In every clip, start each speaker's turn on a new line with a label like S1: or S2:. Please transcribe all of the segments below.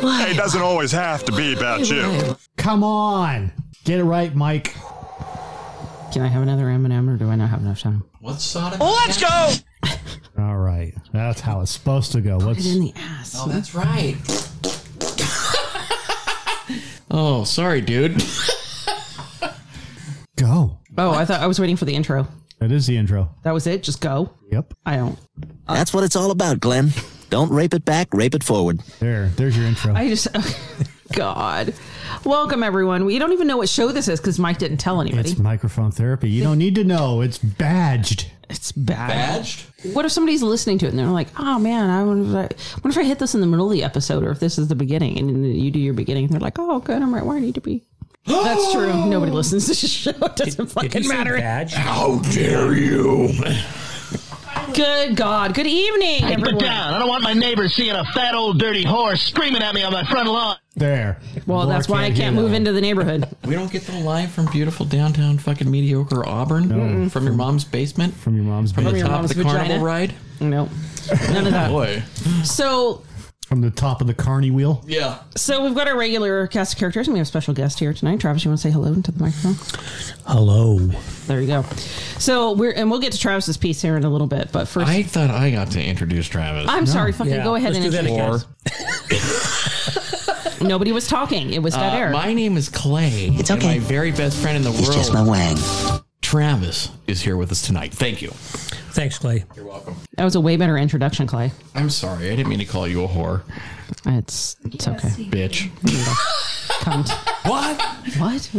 S1: Why?
S2: It doesn't always have to be about you.
S3: Come on. Get it right, Mike.
S1: Can I have another M&M or do I not have enough time?
S4: What's Sodom?
S5: Let's go.
S3: All right. That's how it's supposed to go.
S1: Put
S3: Let's
S1: it in the ass.
S4: Oh, that's right. oh, sorry, dude.
S3: go.
S1: Oh, I thought I was waiting for the intro.
S3: That is the intro.
S1: That was it. Just go.
S3: Yep.
S1: I don't.
S6: That's what it's all about, Glenn. Don't rape it back, rape it forward.
S3: There. There's your intro.
S1: I just. God. Welcome everyone. We don't even know what show this is because Mike didn't tell anybody.
S3: it's
S1: It's,
S3: microphone therapy. You don't need to know. It's badged.
S1: bad.
S4: Badged?
S1: What if somebody's listening to it and they're like, "Oh man, I wonder if I, wonder if I hit this in the middle of the episode or if this is the beginning." And then you do your beginning, and they're like, "Oh, good, I'm right where I need to be." That's true. Nobody listens to this show. It doesn't fucking matter.
S4: How dare you?
S1: Good God. Good evening, everyone.
S6: I don't want my neighbors seeing a fat old dirty horse screaming at me on my front lawn.
S3: There.
S1: Well,
S3: Laura
S1: that's why I can't
S3: hear
S1: move
S3: that.
S1: into the neighborhood.
S4: We don't get the line from beautiful downtown fucking mediocre Auburn from your mom's basement
S3: from your mom's
S4: from the
S3: basement.
S4: top
S1: mom's
S4: of the
S1: vagina.
S4: carnival ride.
S1: No, none of that.
S4: Boy,
S1: So,
S3: From the top of the carny wheel.
S4: yeah.
S1: so we've got our regular cast of characters, and we have a special guest here tonight. Travis, you want to say hello into the microphone?
S7: Hello.
S1: There you go. So we're and we'll get to Travis's piece here in a little bit, but first,
S4: I thought I got to introduce Travis.
S1: am sorry, fucking
S7: Yeah,
S1: go ahead
S7: let's
S1: and
S7: do that
S1: introduce.
S7: again.
S4: Or-
S1: Nobody was talking. It was dead
S4: Uh,
S1: air.
S4: my name is Clay. It's
S6: okay.
S4: my very best friend in the
S6: It's
S4: world,
S6: just my wang.
S4: Travis, is here with us tonight. Thank you.
S7: Thanks, Clay.
S4: You're welcome.
S1: that was a way better introduction, Clay.
S4: I'm sorry. I didn't mean to call you a whore,
S1: It's it's okay.
S4: bitch.
S1: Cunt.
S4: what?
S1: what?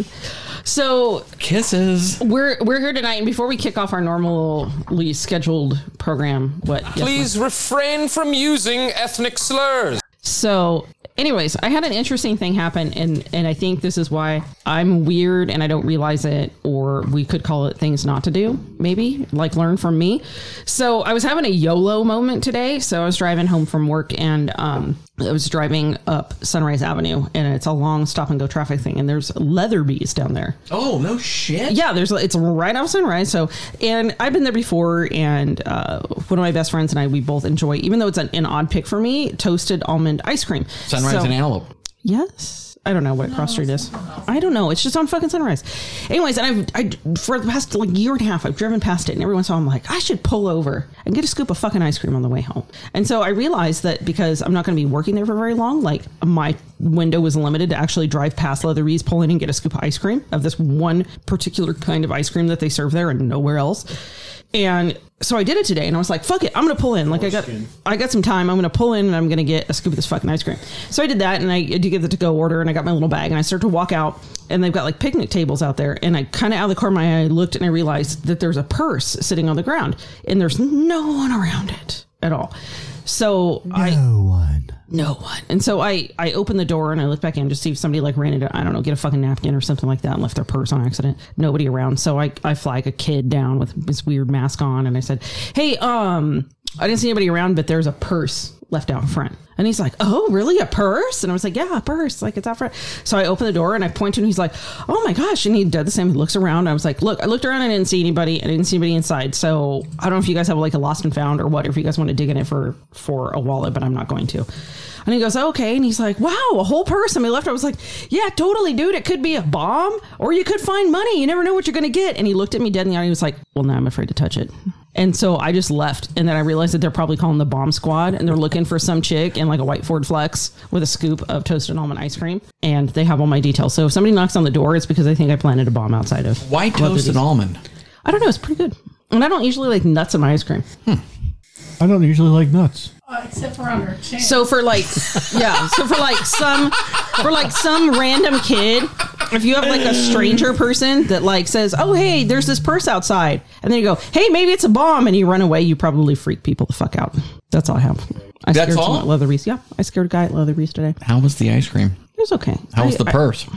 S1: So
S4: Kisses.
S1: we're we're here tonight, and before we kick off our normally scheduled program, what? yes,
S8: Please refrain from using ethnic slurs.
S1: So, anyways, I had an interesting thing happen, and and I think this is why I'm weird and I don't realize it, or we could call it things not to do, maybe like learn from me. So I was having a YOLO moment today. So I was driving home from work, and um, I was driving up Sunrise Avenue, and it's a long stop and go traffic thing, and there's Leatherbees down there.
S4: Oh no shit.
S1: Yeah, there's it's right off Sunrise. So, and I've been there before, and uh, one of my best friends and I we both enjoy, even though it's an, an odd pick for me, toasted almond ice cream.
S4: Sunrise
S1: So-
S4: and antelope.
S1: Yes. I don't know what cross street is. I don't know. It's just on fucking sunrise. Anyways, and I've I for the past like year and a half, I've driven past it, and every once in a while I'm like, I should pull over and get a scoop of fucking ice cream on the way home. And so I realized that because I'm not going to be working there for very long, like my window was limited to actually drive past Leatherbees, pull in and get a scoop of ice cream of this one particular kind of ice cream that they serve there and nowhere else. And so I did it today, and I was like, "Fuck it, I'm gonna pull in." Like I got, I got some time. I'm gonna pull in, and I'm gonna get a scoop of this fucking ice cream. So I did that, and I did get the to-go order, and I got my little bag, and I started to walk out, and they've got like picnic tables out there, and I kind of out of the car, of my eye looked, and I realized that there's a purse sitting on the ground, and there's no one around it at all. So I
S3: No one.
S1: no one. And so I I opened the door and I looked back in to see if somebody like ran into I don't know get a fucking napkin or something like that and left their purse on accident. Nobody around. So I I flag a kid down with this weird mask on and I said, "Hey, um, I didn't see anybody around, but there's a purse." Left out front, and he's like, "Oh, really? A purse?" And I was like, "Yeah, a purse. Like it's out front." So I opened the door and I pointed, and he's like, "Oh my gosh!" And he did the same. He looks around. I was like, "Look, I looked around. I didn't see anybody. I didn't see anybody inside." So I don't know if you guys have like a lost and found or what. If you guys want to dig in it for for a wallet, but I'm not going to. And he goes, okay. And he's like, wow, a whole person. We left. I was like, yeah, totally, dude. It could be a bomb or you could find money. You never know what you're going to get. And he looked at me dead in the eye and he was like, well, now I'm afraid to touch it. And so I just left. And then I realized that they're probably calling the bomb squad and they're looking for some chick in like a white Ford Flex with a scoop of toasted almond ice cream. And they have all my details. So if somebody knocks on the door, it's because they think I planted a bomb outside of.
S4: Why toast and almond?
S1: I don't know. It's pretty good. And I don't usually like nuts in my ice cream.
S3: I don't usually like nuts.
S5: Uh,
S9: except for on her chin.
S1: So for like, yeah. So for like some, for like some random kid, if you have like a stranger person that like says, "Oh hey, there's this purse outside," and then you go, "Hey, maybe it's a bomb," and you run away, you probably freak people the fuck out. That's all I have. I
S4: That's
S1: scared
S4: all?
S1: someone at Leatherese. Yeah, I scared a guy at Leatherese today.
S4: How was the ice cream?
S1: It was okay.
S4: How was
S1: I-
S4: the
S1: I
S4: purse?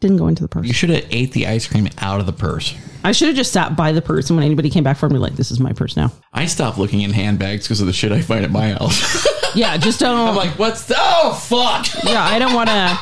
S1: didn't go into the purse.
S4: you should have ate the ice cream out of the purse.
S1: I should have just sat by the purse, and when anybody came back for me, like, "This is my purse now."
S4: I stopped looking in handbags because of the shit I find at my house.
S1: Yeah, just don't.
S4: I'm like, what's the oh fuck?
S1: yeah, I don't want to.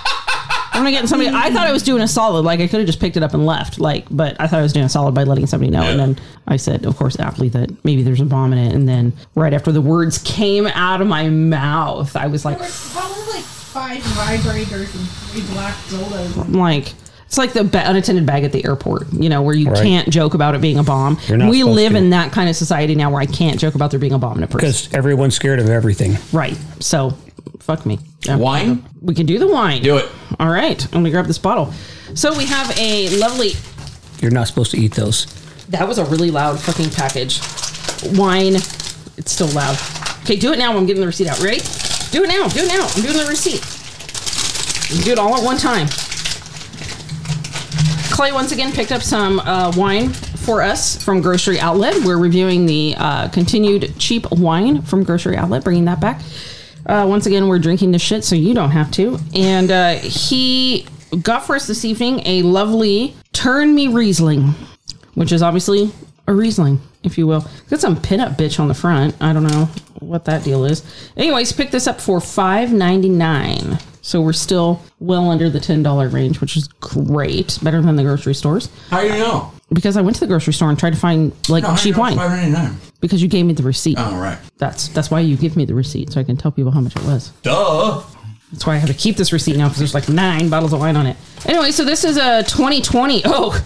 S1: I'm not getting somebody. I thought I was doing a solid. Like I could have just picked it up and left. Like, but I thought I was doing a solid by letting somebody know. And then I said, of course, aptly that maybe there's a bomb in it. And then right after the words came out of my mouth, I was like,
S9: There were probably like
S5: five vibrators and three black dildos.
S1: like it's like the ba- unattended bag at the airport, you know, where you
S7: Right.
S1: can't joke about it being a bomb.
S7: You're not
S1: We
S7: supposed
S1: live
S7: to.
S1: in that kind of society now where I can't joke about there being a bomb in a purse.
S7: Because everyone's scared of everything.
S1: Right. So, fuck me. Um,
S4: Wine?
S1: We can do the wine.
S4: Do it.
S1: All right. I'm going to grab this bottle. So, we have a lovely,
S7: You're not supposed to eat those.
S1: that was a really loud fucking package. Wine. It's still loud. Okay, do it now. I'm getting the receipt out. Ready? Do it now. Do it now. I'm doing the receipt. Do it all at one time. Clay once again picked up some uh, wine for us from Grocery Outlet. We're reviewing the uh, continued cheap wine from Grocery Outlet, bringing that back. Uh, once again, we're drinking this shit, so you don't have to. And uh, he got for us this evening a lovely Turn Me Riesling, which is obviously a Riesling, if you will. Got some pinup bitch on the front. I don't know what that deal is. Anyways, picked this up for five ninety nine. So we're still well under the ten dollar range, which is great. Better than the grocery stores
S4: How do you know?
S1: because I went to the grocery store and tried to find like
S4: No, how do you
S1: cheap
S4: know
S1: wine
S4: it's 5.99.
S1: because you gave me the receipt.
S4: All right.
S1: That's that's why you give me the receipt so I can tell people how much it was.
S4: Duh.
S1: That's why I have to keep this receipt now because there's like nine bottles of wine on it. Anyway, so this is a 2020. Oh,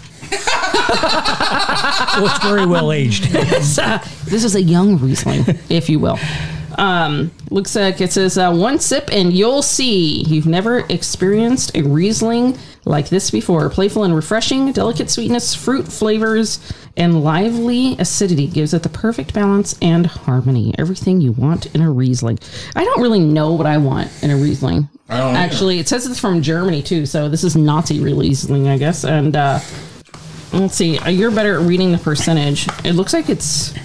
S7: Well, it's very well aged.
S1: it's, uh, this is a young Riesling, if you will. Um, looks like it says uh, one sip and you'll see. You've never experienced a Riesling like this before. Playful and refreshing, delicate sweetness, fruit flavors, and lively acidity gives it the perfect balance and harmony. Everything you want in a Riesling. I don't really know what I want in a Riesling.
S4: I don't either.
S1: Actually, it says it's from Germany too, so this is Nazi Riesling, I guess. And uh, let's see, uh, you're better at reading the percentage. It looks like it's.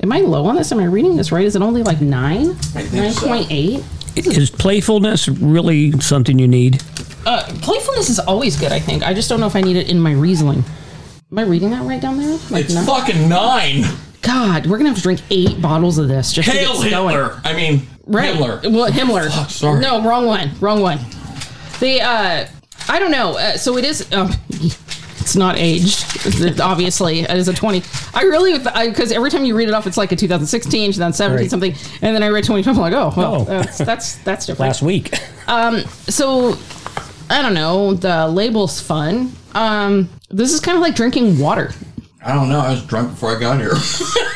S1: Am I low on this? Am I reading this right? Is it only like nine? Nine
S4: think so.
S1: point eight.
S7: Is playfulness really something you need?
S1: Uh, playfulness is always good. I think. I just don't know if I need it in my Riesling. Am I reading that right down there? Like
S4: It's
S1: not-
S4: fucking nine.
S1: God, we're gonna have to drink eight bottles of this just
S4: Hail
S1: to get going.
S4: Hitler. I mean,
S1: Right.
S4: Himmler. Oh,
S1: Well, Himmler.
S4: Fuck, sorry.
S1: No, wrong one. Wrong one. They, uh, I don't know. Uh, so it is, um, it's not aged, obviously. It is a 20. I really, because every time you read it off, it's like a 2016, 2017,
S7: Right.
S1: something. And then I read 2012, I'm like, oh, well,
S7: Oh.
S1: that's, that's, that's different.
S7: Last week.
S1: So I don't know. The label's fun. Um, this is kind of like drinking water.
S4: I don't know. I was drunk before I got here.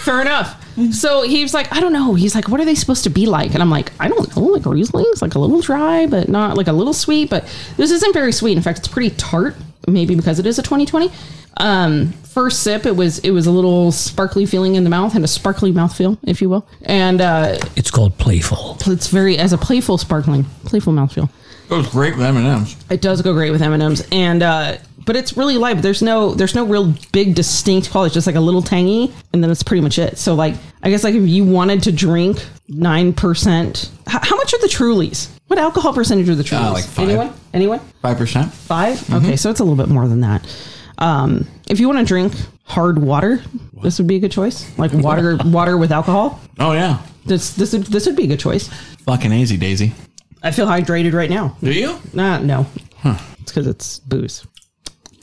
S1: Fair enough. So he was like, I don't know. He's like, what are they supposed to be like? And I'm like, I don't know. Like Riesling's like a little dry, but not like a little sweet. But this isn't very sweet. In fact, it's pretty tart. Maybe because it is a 2020. Um, first sip, it was it was a little sparkly feeling in the mouth and a sparkly mouthfeel, if you will. And uh,
S7: It's called playful.
S1: it's very as a playful sparkling, playful mouthfeel.
S4: Goes great with M&M's.
S1: It does go great with M and M's, and uh, but it's really light. But there's no there's no real big distinct quality. It's just like a little tangy, and then that's pretty much it. So like I guess like if you wanted to drink nine percent, how much are the Trulies? What alcohol percentage are the Trulies?
S4: Uh, like five. Mm-hmm.
S1: Anyone? Anyone?
S4: 5%.
S1: 5 Okay, so it's a little bit more than that. Um, if you want to drink hard water, this would be a good choice. Like water water with alcohol.
S4: Oh, yeah.
S1: This this would, this would be a good choice.
S4: Fucking easy, Daisy.
S1: I feel hydrated right now.
S4: Do you?
S1: Nah, no. It's because it's booze.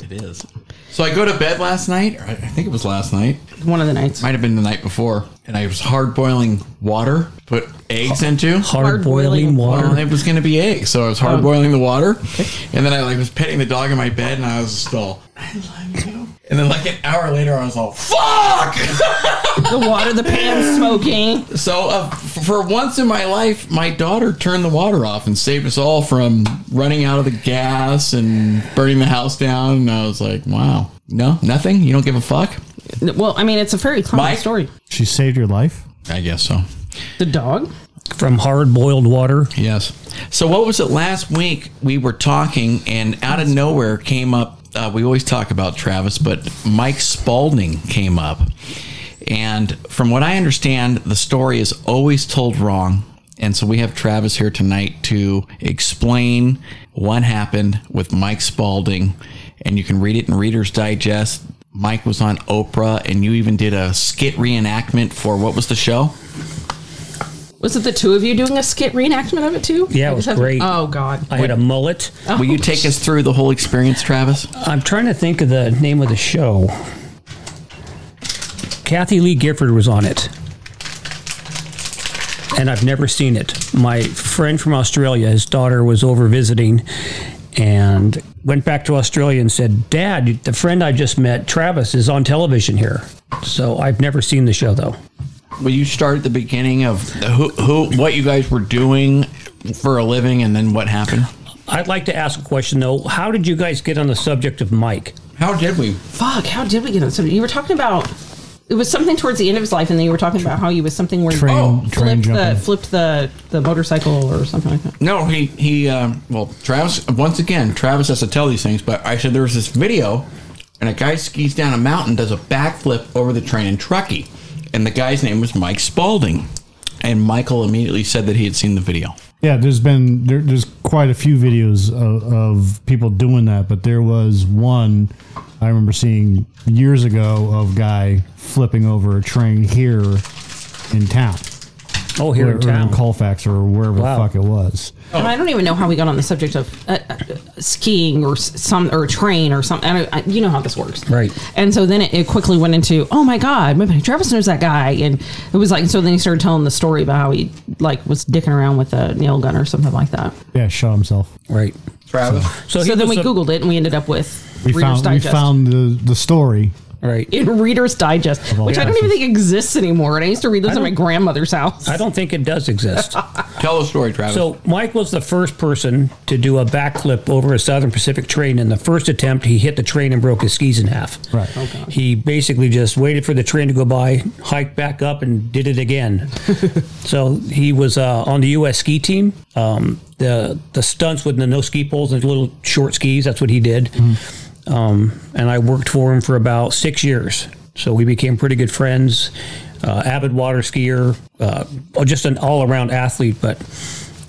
S4: It is. So I go to bed last night, or I I think it was last night.
S1: One of the nights.
S4: Might have been the night before. And I was hard boiling water, put eggs into.
S7: Hard
S1: Hard-boiling
S7: boiling
S4: Well,
S7: water.
S4: it was going to be eggs, so I was hard boiling the water, and then I like was petting the dog in my bed, and I was just all, "I love you," and then like an hour later, I was all, "Fuck!"
S1: the water, the pan smoking.
S4: so uh, f- for once in my life, my daughter turned the water off and saved us all from running out of the gas and burning the house down. And I was like, "Wow, no, nothing. You don't give a fuck."
S1: Well, I mean, it's a very common
S4: Mike?
S1: story.
S3: She saved your life.
S4: I guess so.
S1: The dog.
S7: From hard boiled water.
S4: Yes. So what was it last week? We were talking, and out of nowhere came up. Uh, we always talk about Travis, but Mike Spalding came up, and from what I understand, the story is always told wrong. And so we have Travis here tonight to explain what happened with Mike Spalding, and you can read it in Reader's Digest. Mike was on Oprah, and you even did a skit reenactment for what was the show?
S1: Was it the two of you doing a skit reenactment of it too?
S7: Yeah, it
S1: I
S7: was
S1: just have-
S7: great.
S1: Oh God.
S7: I had a mullet.
S4: Will you take us through the whole experience, Travis?
S7: I'm trying to think of the name of the show. Kathy Lee Gifford was on it. and I've never seen it. My friend from Australia, his daughter was over visiting and went back to Australia and said, Dad, the friend I just met, Travis, is on television here. So I've never seen the show though.
S4: Will you start at the beginning of who, who, what you guys were doing for a living, and then what happened?
S7: I'd like to ask a question though. How did you guys get on the subject of Mike?
S4: How did we?
S1: Fuck, how did we get on? So you were talking about it was something towards the end of his life, and then you were talking about how he was something where
S3: Train-
S1: you
S3: Oh. train
S1: flipped, the,
S3: jumping.
S1: flipped the the motorcycle or something like that.
S4: No, he he. Uh, well, Travis. Once again, Travis has to tell these things. But I said there was this video, and a guy skis down a mountain, does a backflip over the train in Truckee, and the guy's name was Mike Spalding, and Michael immediately said that he had seen the video.
S3: Yeah, there's been there, there's quite a few videos of, of people doing that, but there was one I remember seeing years ago of guy flipping over a train here in town,
S7: Oh, here
S3: or,
S7: in
S3: or
S7: town.
S3: Colfax, or wherever
S7: Wow.
S3: the fuck it was.
S7: Oh.
S1: And I don't even know how we got on the subject of uh, uh, skiing or s- some or a train or something. I don't, I, you know how this works,
S7: Right.
S1: And so then it, it quickly went into, oh my god, my buddy Travis knows that guy, and it was like. So then he started telling the story about how he like was dicking around with a nail gun or something like that.
S3: Yeah, shot himself.
S7: Right.
S4: Travis.
S7: So,
S1: So
S7: he
S1: then
S7: was
S1: we
S7: a-
S1: googled it, and we ended up with
S3: We
S1: Reader's
S3: found
S1: Digest.
S3: we found the the story.
S7: Right.
S1: in Reader's Digest,
S3: all
S1: which I don't even
S3: places.
S1: think exists anymore. And I used to read those at
S7: don't-
S1: my grandmother's house.
S7: I don't think it does exist.
S4: Tell the story, Travis.
S7: So Mike was the first person to do a backflip over a Southern Pacific train. In the first attempt, he hit the train and broke his skis in half.
S3: Right.
S7: He basically just waited for the train to go by, hiked back up, and did it again. so he was uh, on the U.S. ski team. Um, the the stunts with the no ski poles and little short skis. That's what he did. Um, and I worked for him for about six years. So we became pretty good friends. Uh, avid water skier, uh, oh, just an all around athlete. But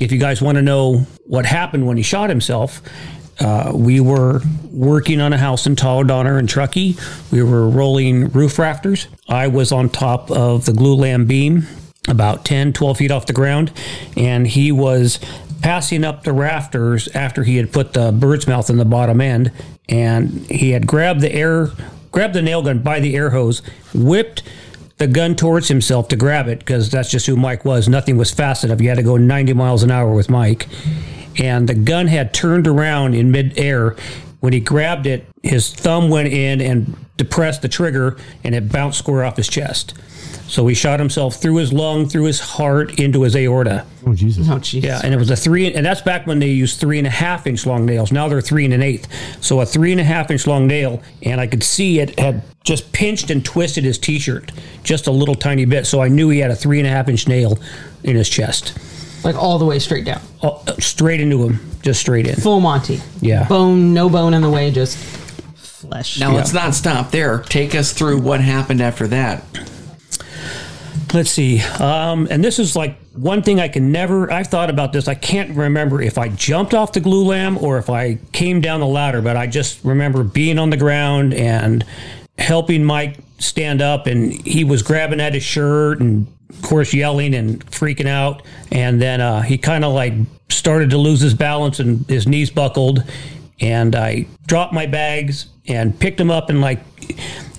S7: if you guys want to know what happened when he shot himself, uh, we were working on a house in Toledonner in Truckee. We were rolling roof rafters. I was on top of the glue lamb beam, about 10, 12 feet off the ground, and he was passing up the rafters after he had put the bird's mouth in the bottom end, and he had grabbed the air, grabbed the nail gun by the air hose, whipped the gun towards himself to grab it because that's just who Mike was. Nothing was fast enough. You had to go 90 miles an hour with Mike. And the gun had turned around in midair. When he grabbed it, his thumb went in and depressed the trigger, and it bounced square off his chest. So he shot himself through his lung, through his heart, into his aorta.
S3: Oh Jesus!
S1: oh, jeez.
S7: Yeah, and it was a three, and that's back when they used three and a half inch long nails. Now they're three and an eighth. So a three and a half inch long nail, and I could see it had just pinched and twisted his t shirt just a little tiny bit. So I knew he had a three and a half inch nail in his chest,
S1: Like all the way straight down.
S7: Oh, uh, straight into him, just straight in.
S1: Full Monty.
S7: Yeah.
S1: Bone, no bone in the way, just flesh.
S4: now let's not stop there. Take us through what happened after that.
S7: Let's see. Um, and this is like one thing I can never, I've thought about this. I can't remember if I jumped off the glue lamb or if I came down the ladder, but I just remember being on the ground and helping Mike stand up. And he was grabbing at his shirt and, of course, yelling and freaking out. And then uh, he kind of like started to lose his balance and his knees buckled. And I dropped my bags and picked him up and like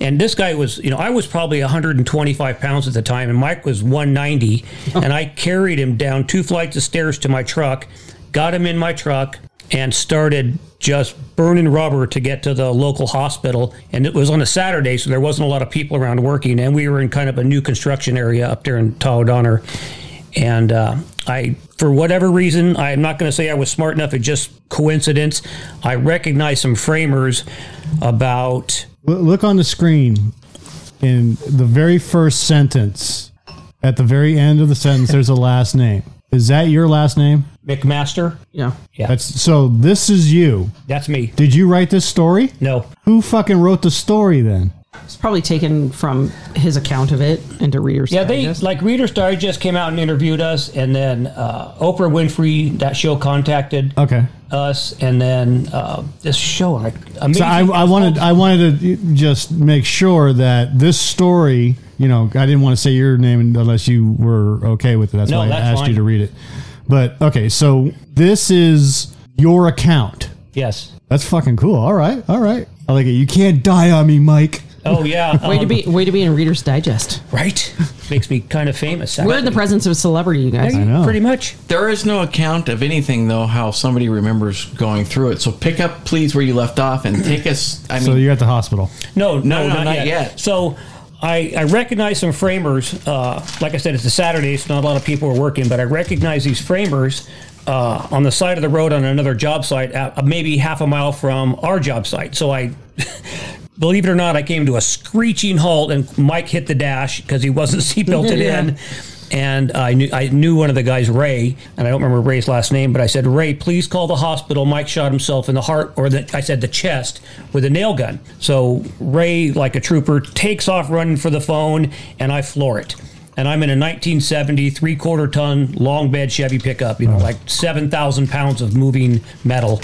S7: and this guy was, you know, I was probably 125 pounds at the time, and Mike was 190. And I carried him down two flights of stairs to my truck, got him in my truck, and started just burning rubber to get to the local hospital. And it was on a Saturday, so there wasn't a lot of people around working. And we were in kind of a new construction area up there in Toledonner. And uh, I, for whatever reason, I'm not going to say I was smart enough. It just coincidence. I recognized some framers about
S3: L- Look on the screen in the very first sentence. At the very end of the sentence, there's a last name. Is that your last name?
S7: McMaster.
S1: yeah.
S3: That's so. This is you.
S7: That's me.
S3: Did you write this story?
S7: No.
S3: Who fucking wrote the story then?
S1: It's probably taken from his account of it into Reader's
S7: Yeah, they
S1: Digest.
S7: like Reader's Digest came out and interviewed us, and then uh, Oprah Winfrey that show contacted
S3: Okay.
S7: us, and then uh, this show. Like,
S3: So I, I wanted
S7: oh,
S3: I wanted to just make sure that this story, you know, I didn't want to say your name unless you were okay with it. That's
S7: No,
S3: why I
S7: that's
S3: asked
S7: fine.
S3: you to read it. But okay, so this is your account.
S7: yes,
S3: That's fucking cool. All right, all right. I like it. You can't die on me, Mike.
S7: Oh yeah,
S1: Way to
S7: um,
S1: be way to be in Reader's Digest.
S7: right. Makes me kind of famous.
S1: We're in the presence of a celebrity, you guys.
S3: I know.
S7: Pretty much.
S4: There is no account of anything though how somebody remembers going through it. So pick up please where you left off and take us. I mean,
S3: So you're at the hospital.
S7: No,
S4: no,
S7: no, not,
S4: not
S7: yet.
S4: yet.
S7: So I, I recognize some framers. Uh, like I said, it's a Saturday, so not a lot of people are working, but I recognize these framers uh, on the side of the road on another job site, uh, maybe half a mile from our job site. So I. Believe it or not, I came to a screeching halt, and Mike hit the dash because he wasn't seatbelted
S1: Yeah.
S7: in. And I knew I knew one of the guys, Ray, and I don't remember Ray's last name, but I said, Ray, please call the hospital. Mike shot himself in the heart, or the, I said the chest with a nail gun. So Ray, like a trooper, takes off running for the phone, and I floor it. And I'm in a 1970 three quarter ton long bed Chevy pickup, you know, like 7,000 pounds of moving metal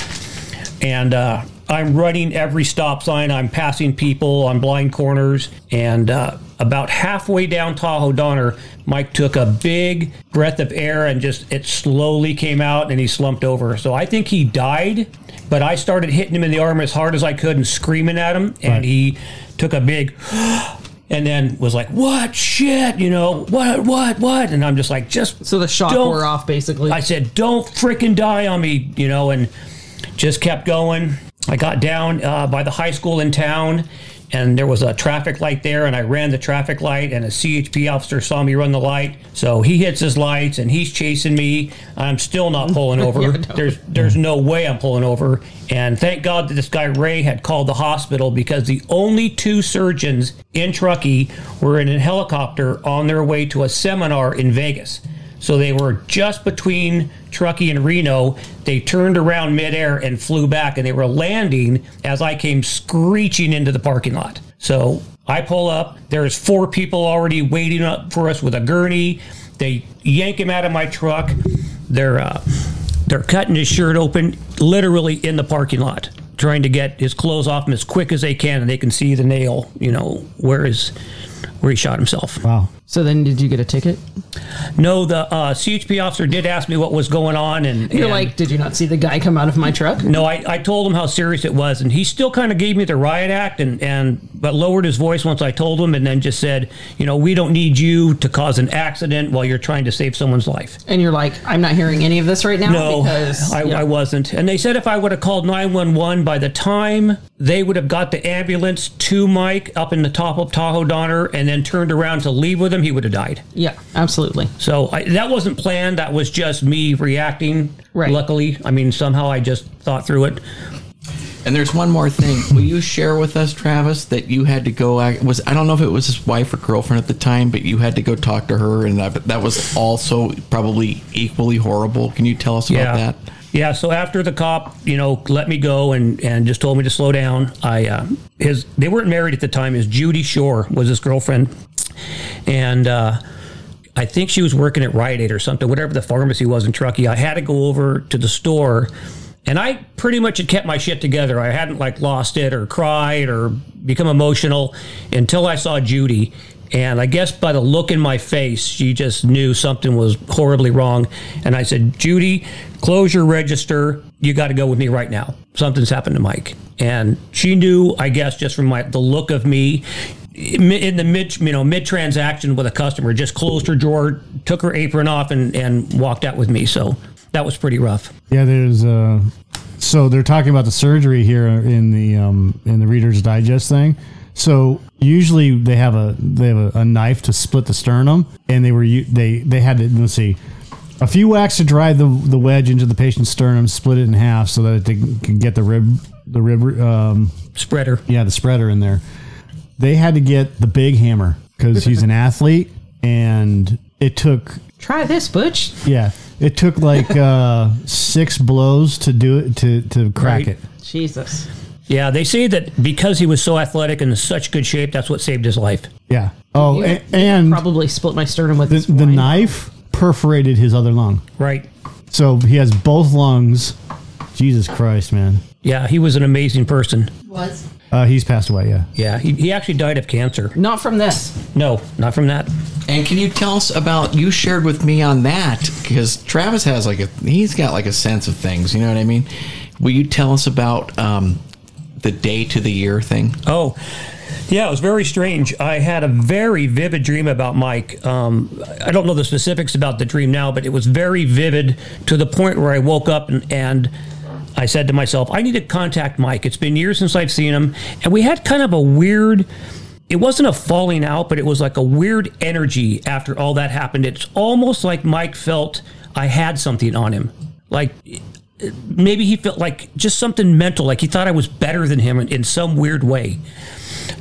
S7: and uh, I'm running every stop sign. I'm passing people on blind corners, and uh, about halfway down Tahoe Donner, Mike took a big breath of air and just it slowly came out, and he slumped over. So I think he died, but I started hitting him in the arm as hard as I could and screaming at him, and
S3: Right.
S7: he took a big. And then was like, "What shit? You know what? What? What?" And I'm just like, "Just
S1: So the shock
S7: don't
S1: wore off basically.
S7: I said, "Don't frickin' die on me," you know, and just kept going. I got down uh, by the high school in town, and there was a traffic light there, and I ran the traffic light, and a CHP officer saw me run the light, so he hits his lights, and he's chasing me. I'm still not pulling over.
S1: Yeah, no.
S7: There's there's no way I'm pulling over, and thank God that this guy Ray had called the hospital because the only two surgeons in Truckee were in a helicopter on their way to a seminar in Vegas. So they were just between Truckee and Reno. They turned around midair and flew back, and they were landing as I came screeching into the parking lot. So I pull up. There's four people already waiting up for us with a gurney. They yank him out of my truck. They're uh, they're cutting his shirt open, literally in the parking lot, trying to get his clothes off him as quick as they can, and they can see the nail. You know where is where he shot himself.
S3: Wow.
S1: so then did you get a ticket?
S7: No, the uh, CHP officer did ask me what was going on, and
S1: You're
S7: and-
S1: like, did you not see the guy come out of my truck?
S7: no, I, I told him how serious it was, and he still kind of gave me the riot act, and, and but lowered his voice once I told him, and then just said, you know, we don't need you to cause an accident while you're trying to save someone's life.
S1: And you're like, I'm not hearing any of this right now
S7: No,
S1: because
S7: I,
S1: yeah.
S7: I wasn't. And they said if I would have called 911 by the time they would have got the ambulance to Mike up in the top of Tahoe Donner and then turned around to leave with him, he would have died.
S1: yeah, absolutely.
S7: So I, that wasn't planned. That was just me reacting.
S1: Right.
S7: Luckily, I mean, somehow I just thought through it.
S4: And there's one more thing. Will you share with us, Travis, that you had to go? I Was I don't know if it was his wife or girlfriend at the time, but you had to go talk to her, and that, that was also probably equally horrible. Can you tell us about that?
S7: Yeah. So after the cop, you know, let me go and and just told me to slow down. I uh, his they weren't married at the time. His Judy Shore was his girlfriend, and. uh I think she was working at Rite Aid or something, whatever the pharmacy was in Truckee. I had to go over to the store, and I pretty much had kept my shit together. I hadn't like lost it or cried or become emotional until I saw Judy. And I guess by the look in my face, she just knew something was horribly wrong. And I said, Judy, close your register. You got to go with me right now. Something's happened to Mike. And she knew, I guess, just from my, the look of me, in the mid you know mid transaction with a customer just closed her drawer took her apron off and and walked out with me so that was pretty rough
S3: Yeah, there's uh so they're talking about the surgery here in the um in the Reader's Digest thing. So usually they have a they have a, a knife to split the sternum, and they were u- they they had to let's see. A few whacks to drive the, the wedge into the patient's sternum, split it in half so that they can get the rib the rib um,
S7: spreader
S3: yeah, the spreader in there. They had to get the big hammer because he's an athlete, and it took
S1: Try this, Butch.
S3: yeah, it took like uh, six blows to do it to to crack
S7: Right.
S3: it.
S1: Jesus.
S7: yeah they say that because he was so athletic and in such good shape that's what saved his life
S3: Yeah. Oh,
S1: You-
S3: a- and
S1: Probably split my sternum with
S3: the,
S1: this
S3: the
S1: wine.
S3: knife perforated his other lung,
S7: right
S3: so he has both lungs. Jesus Christ, man.
S7: yeah he was an amazing person
S5: Was.
S3: Uh, he's passed away. Yeah.
S7: yeah he, he actually died of cancer
S1: Not from this.
S7: no not from that
S4: And can you tell us about you shared with me on that because Travis has like a he's got like a sense of things. You know what I mean? Will you tell us about um, the day to the year thing?
S7: Oh, Yeah, it was very strange. I had a very vivid dream about Mike. Um, I don't know the specifics about the dream now, but it was very vivid to the point where I woke up and, and I said to myself, I need to contact Mike. It's been years since I've seen him. And we had kind of a weird. It wasn't a falling out, but it was like a weird energy after all that happened. It's almost like Mike felt I had something on him. Like maybe he felt like just something mental, like he thought I was better than him in, in some weird way.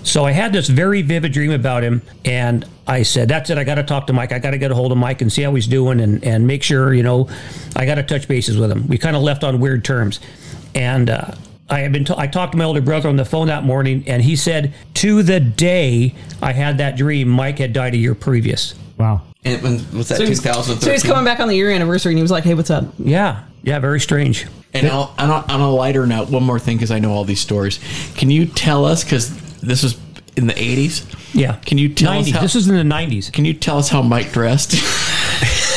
S7: So I had this very vivid dream about him, and I said, "That's it. I got to talk to Mike. I got to get a hold of Mike and see how he's doing, and and make sure you know, I got to touch bases with him." We kind of left on weird terms, and uh, I had been. T- I talked to my older brother on the phone that morning, and he said, "To the day I had that dream, Mike had died a year previous."
S3: Wow.
S4: And when, was that
S1: So he's,
S4: 2013?
S1: so he's coming back on the year anniversary and he was like, hey, what's up?
S7: Yeah, yeah, very strange.
S4: And I'll, on, a, on a lighter note, one more thing because I know all these stories. Can you tell us because this was in the 80s?
S7: Yeah.
S4: Can you tell us
S7: 90s.
S4: how-
S7: this is in the nineties?
S4: Can you tell us how Mike dressed?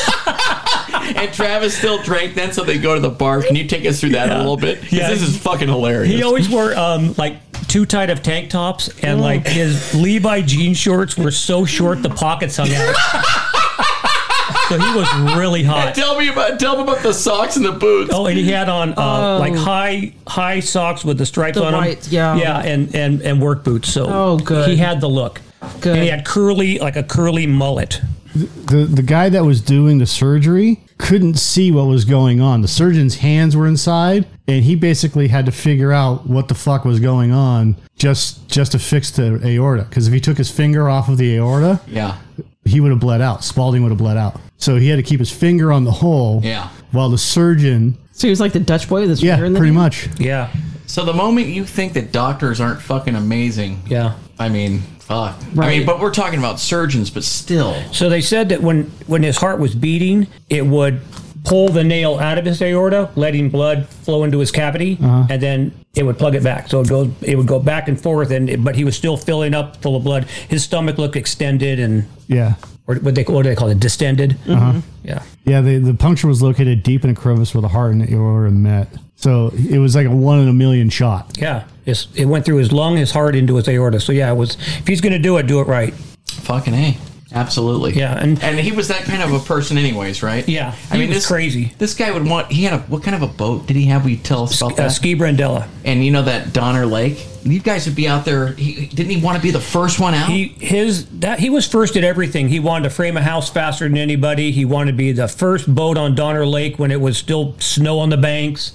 S4: and Travis still drank then, so they go to the bar. Can you take us through that a little bit? 'Cause
S7: Yeah.
S4: this is fucking hilarious.
S7: He always wore um, like too tight of tank tops, and like
S1: Oh.
S7: his Levi jean shorts were so short the pockets hung out. so he was really hot.
S4: tell me about tell him about the socks and the boots.
S7: Oh, and he had on uh, like high high socks with the stripes
S1: The
S7: on
S1: white,
S7: them.
S1: yeah.
S7: yeah, and and and work boots. So
S1: Oh, good.
S7: He had the look.
S1: Good.
S7: And he had curly like a curly mullet.
S3: The the guy that was doing the surgery couldn't see what was going on. The surgeon's hands were inside, and he basically had to figure out what the fuck was going on just just to fix the aorta. Because if he took his finger off of the aorta,
S4: Yeah,
S3: he would have bled out. Spalding would have bled out. So he had to keep his finger on the hole.
S4: Yeah.
S3: While the surgeon,
S1: So he was like the Dutch boy with his
S3: yeah,
S1: finger in the
S3: pretty
S1: hand?
S3: much.
S7: Yeah.
S4: So the moment you think that doctors aren't fucking amazing,
S7: Yeah.
S4: I mean, fuck. I mean,
S1: Right.
S4: but we're talking about surgeons, but still,
S7: So they said that when when his heart was beating, it would pull the nail out of his aorta, letting blood flow into his cavity, and then it would plug it back. So it goes, it would go back and forth, and it, but he was still filling up full of blood. His stomach looked extended and
S3: Yeah.
S7: or what they what do they call it? Distended. Mm-hmm. Yeah.
S3: Yeah, the, the puncture was located deep in a crevice where the heart and the aorta met. So it was like a one in a million shot.
S7: Yeah, it's, it went through his lung, his heart, into his aorta. So yeah, it was. If he's going to do it, do it right.
S4: fucking a, absolutely.
S7: Yeah, and-
S4: and he was that kind of a person, anyways, right?
S7: Yeah,
S4: I
S7: he
S4: mean,
S7: was
S4: this
S7: crazy.
S4: This guy would want. He had a what kind of a boat did he have? Will you tell us about
S7: Uh,
S4: that?
S7: Ski Brandella.
S4: and you know that Donner Lake. You guys would be out there. He, didn't he want to be the first one out?
S7: He his that he was first at everything. He wanted to frame a house faster than anybody. He wanted to be the first boat on Donner Lake when it was still snow on the banks.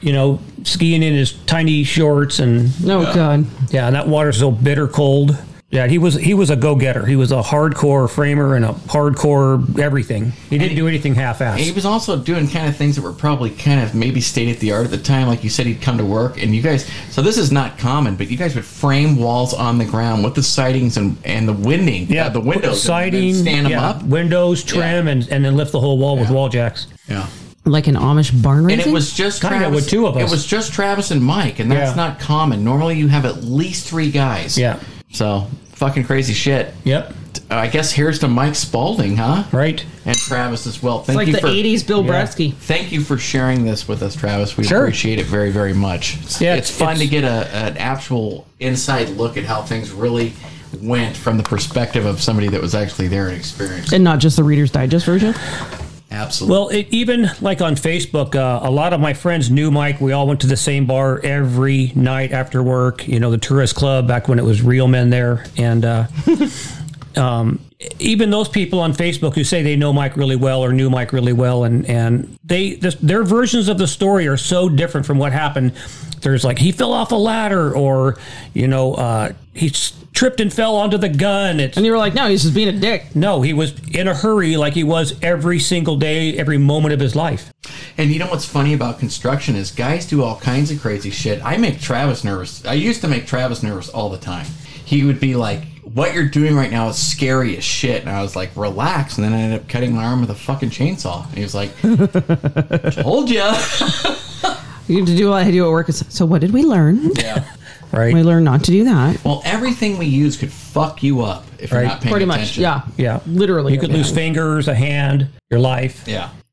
S7: you know, skiing in his tiny shorts and
S1: No, Oh, God.
S7: yeah, and that water's so bitter cold. Yeah, he was he was a go getter. He was a hardcore framer and a hardcore everything. He didn't do anything half
S4: And he
S7: assed.
S4: was also doing kind of things that were probably kind of maybe state of the art at the time. Like you said, he'd come to work, and you guys. So this is not common, but you guys would frame walls on the ground with the sidings and and the winding. uh, the windows, and then
S7: siding,
S4: stand them
S7: yeah,
S4: up.
S7: windows, trim, and and then lift the whole wall with wall jacks.
S4: Yeah.
S1: Like an Amish barn
S4: And
S1: raising?
S4: it was just
S7: Kinda,
S4: Travis,
S7: with two of
S4: It
S7: us.
S4: was just Travis and Mike, and that's
S7: Yeah.
S4: not common. Normally, you have at least three guys.
S7: Yeah.
S4: So fucking crazy shit. Uh,
S7: Yep,
S4: I guess here's to Mike Spalding, huh?
S7: right.
S4: And Travis as well. Thank
S1: like
S4: you
S1: the
S4: for
S1: 80s Bill
S7: Yeah.
S1: Bradsky.
S4: Thank you for sharing this with us, Travis. We
S7: Sure.
S4: appreciate it very, very much. It's,
S7: Yeah,
S4: it's,
S7: it's-
S4: fun to
S7: it's-
S4: get a, an actual inside look at how things really went from the perspective of somebody that was actually there and experienced. it.
S1: And not just the Reader's Digest version?
S4: Absolutely.
S7: Well, it, even like on Facebook, uh, a lot of my friends knew Mike. We all went to the same bar every night after work. You know, the tourist club back when it was real men there, and uh, um, even those people on Facebook who say they know Mike really well or knew Mike really well, and and they this, their versions of the story are so different from what happened. There's like he fell off a ladder, or you know, uh, he s- tripped and fell onto the gun. It's
S1: And you were like, no, he's just being a dick.
S7: no, he was in a hurry, like he was every single day, every moment of his life.
S4: And you know what's funny about construction is guys do all kinds of crazy shit. I make Travis nervous. I used to make Travis nervous all the time. He would be like, "What you're doing right now is scary as shit," and I was like, "Relax." And then I ended up cutting my arm with a fucking chainsaw. And he was like, "Told ya."
S1: You do what I do at work. It's, so what did we learn?
S4: Yeah.
S7: Right.
S1: We learned not to do that.
S4: Well, everything we use could fuck you up if you're
S7: Right.
S4: not paying
S1: Pretty much.
S4: attention.
S1: Yeah.
S7: Yeah.
S1: Literally.
S7: You could
S1: yeah.
S7: lose fingers, a hand, your life.
S4: Yeah.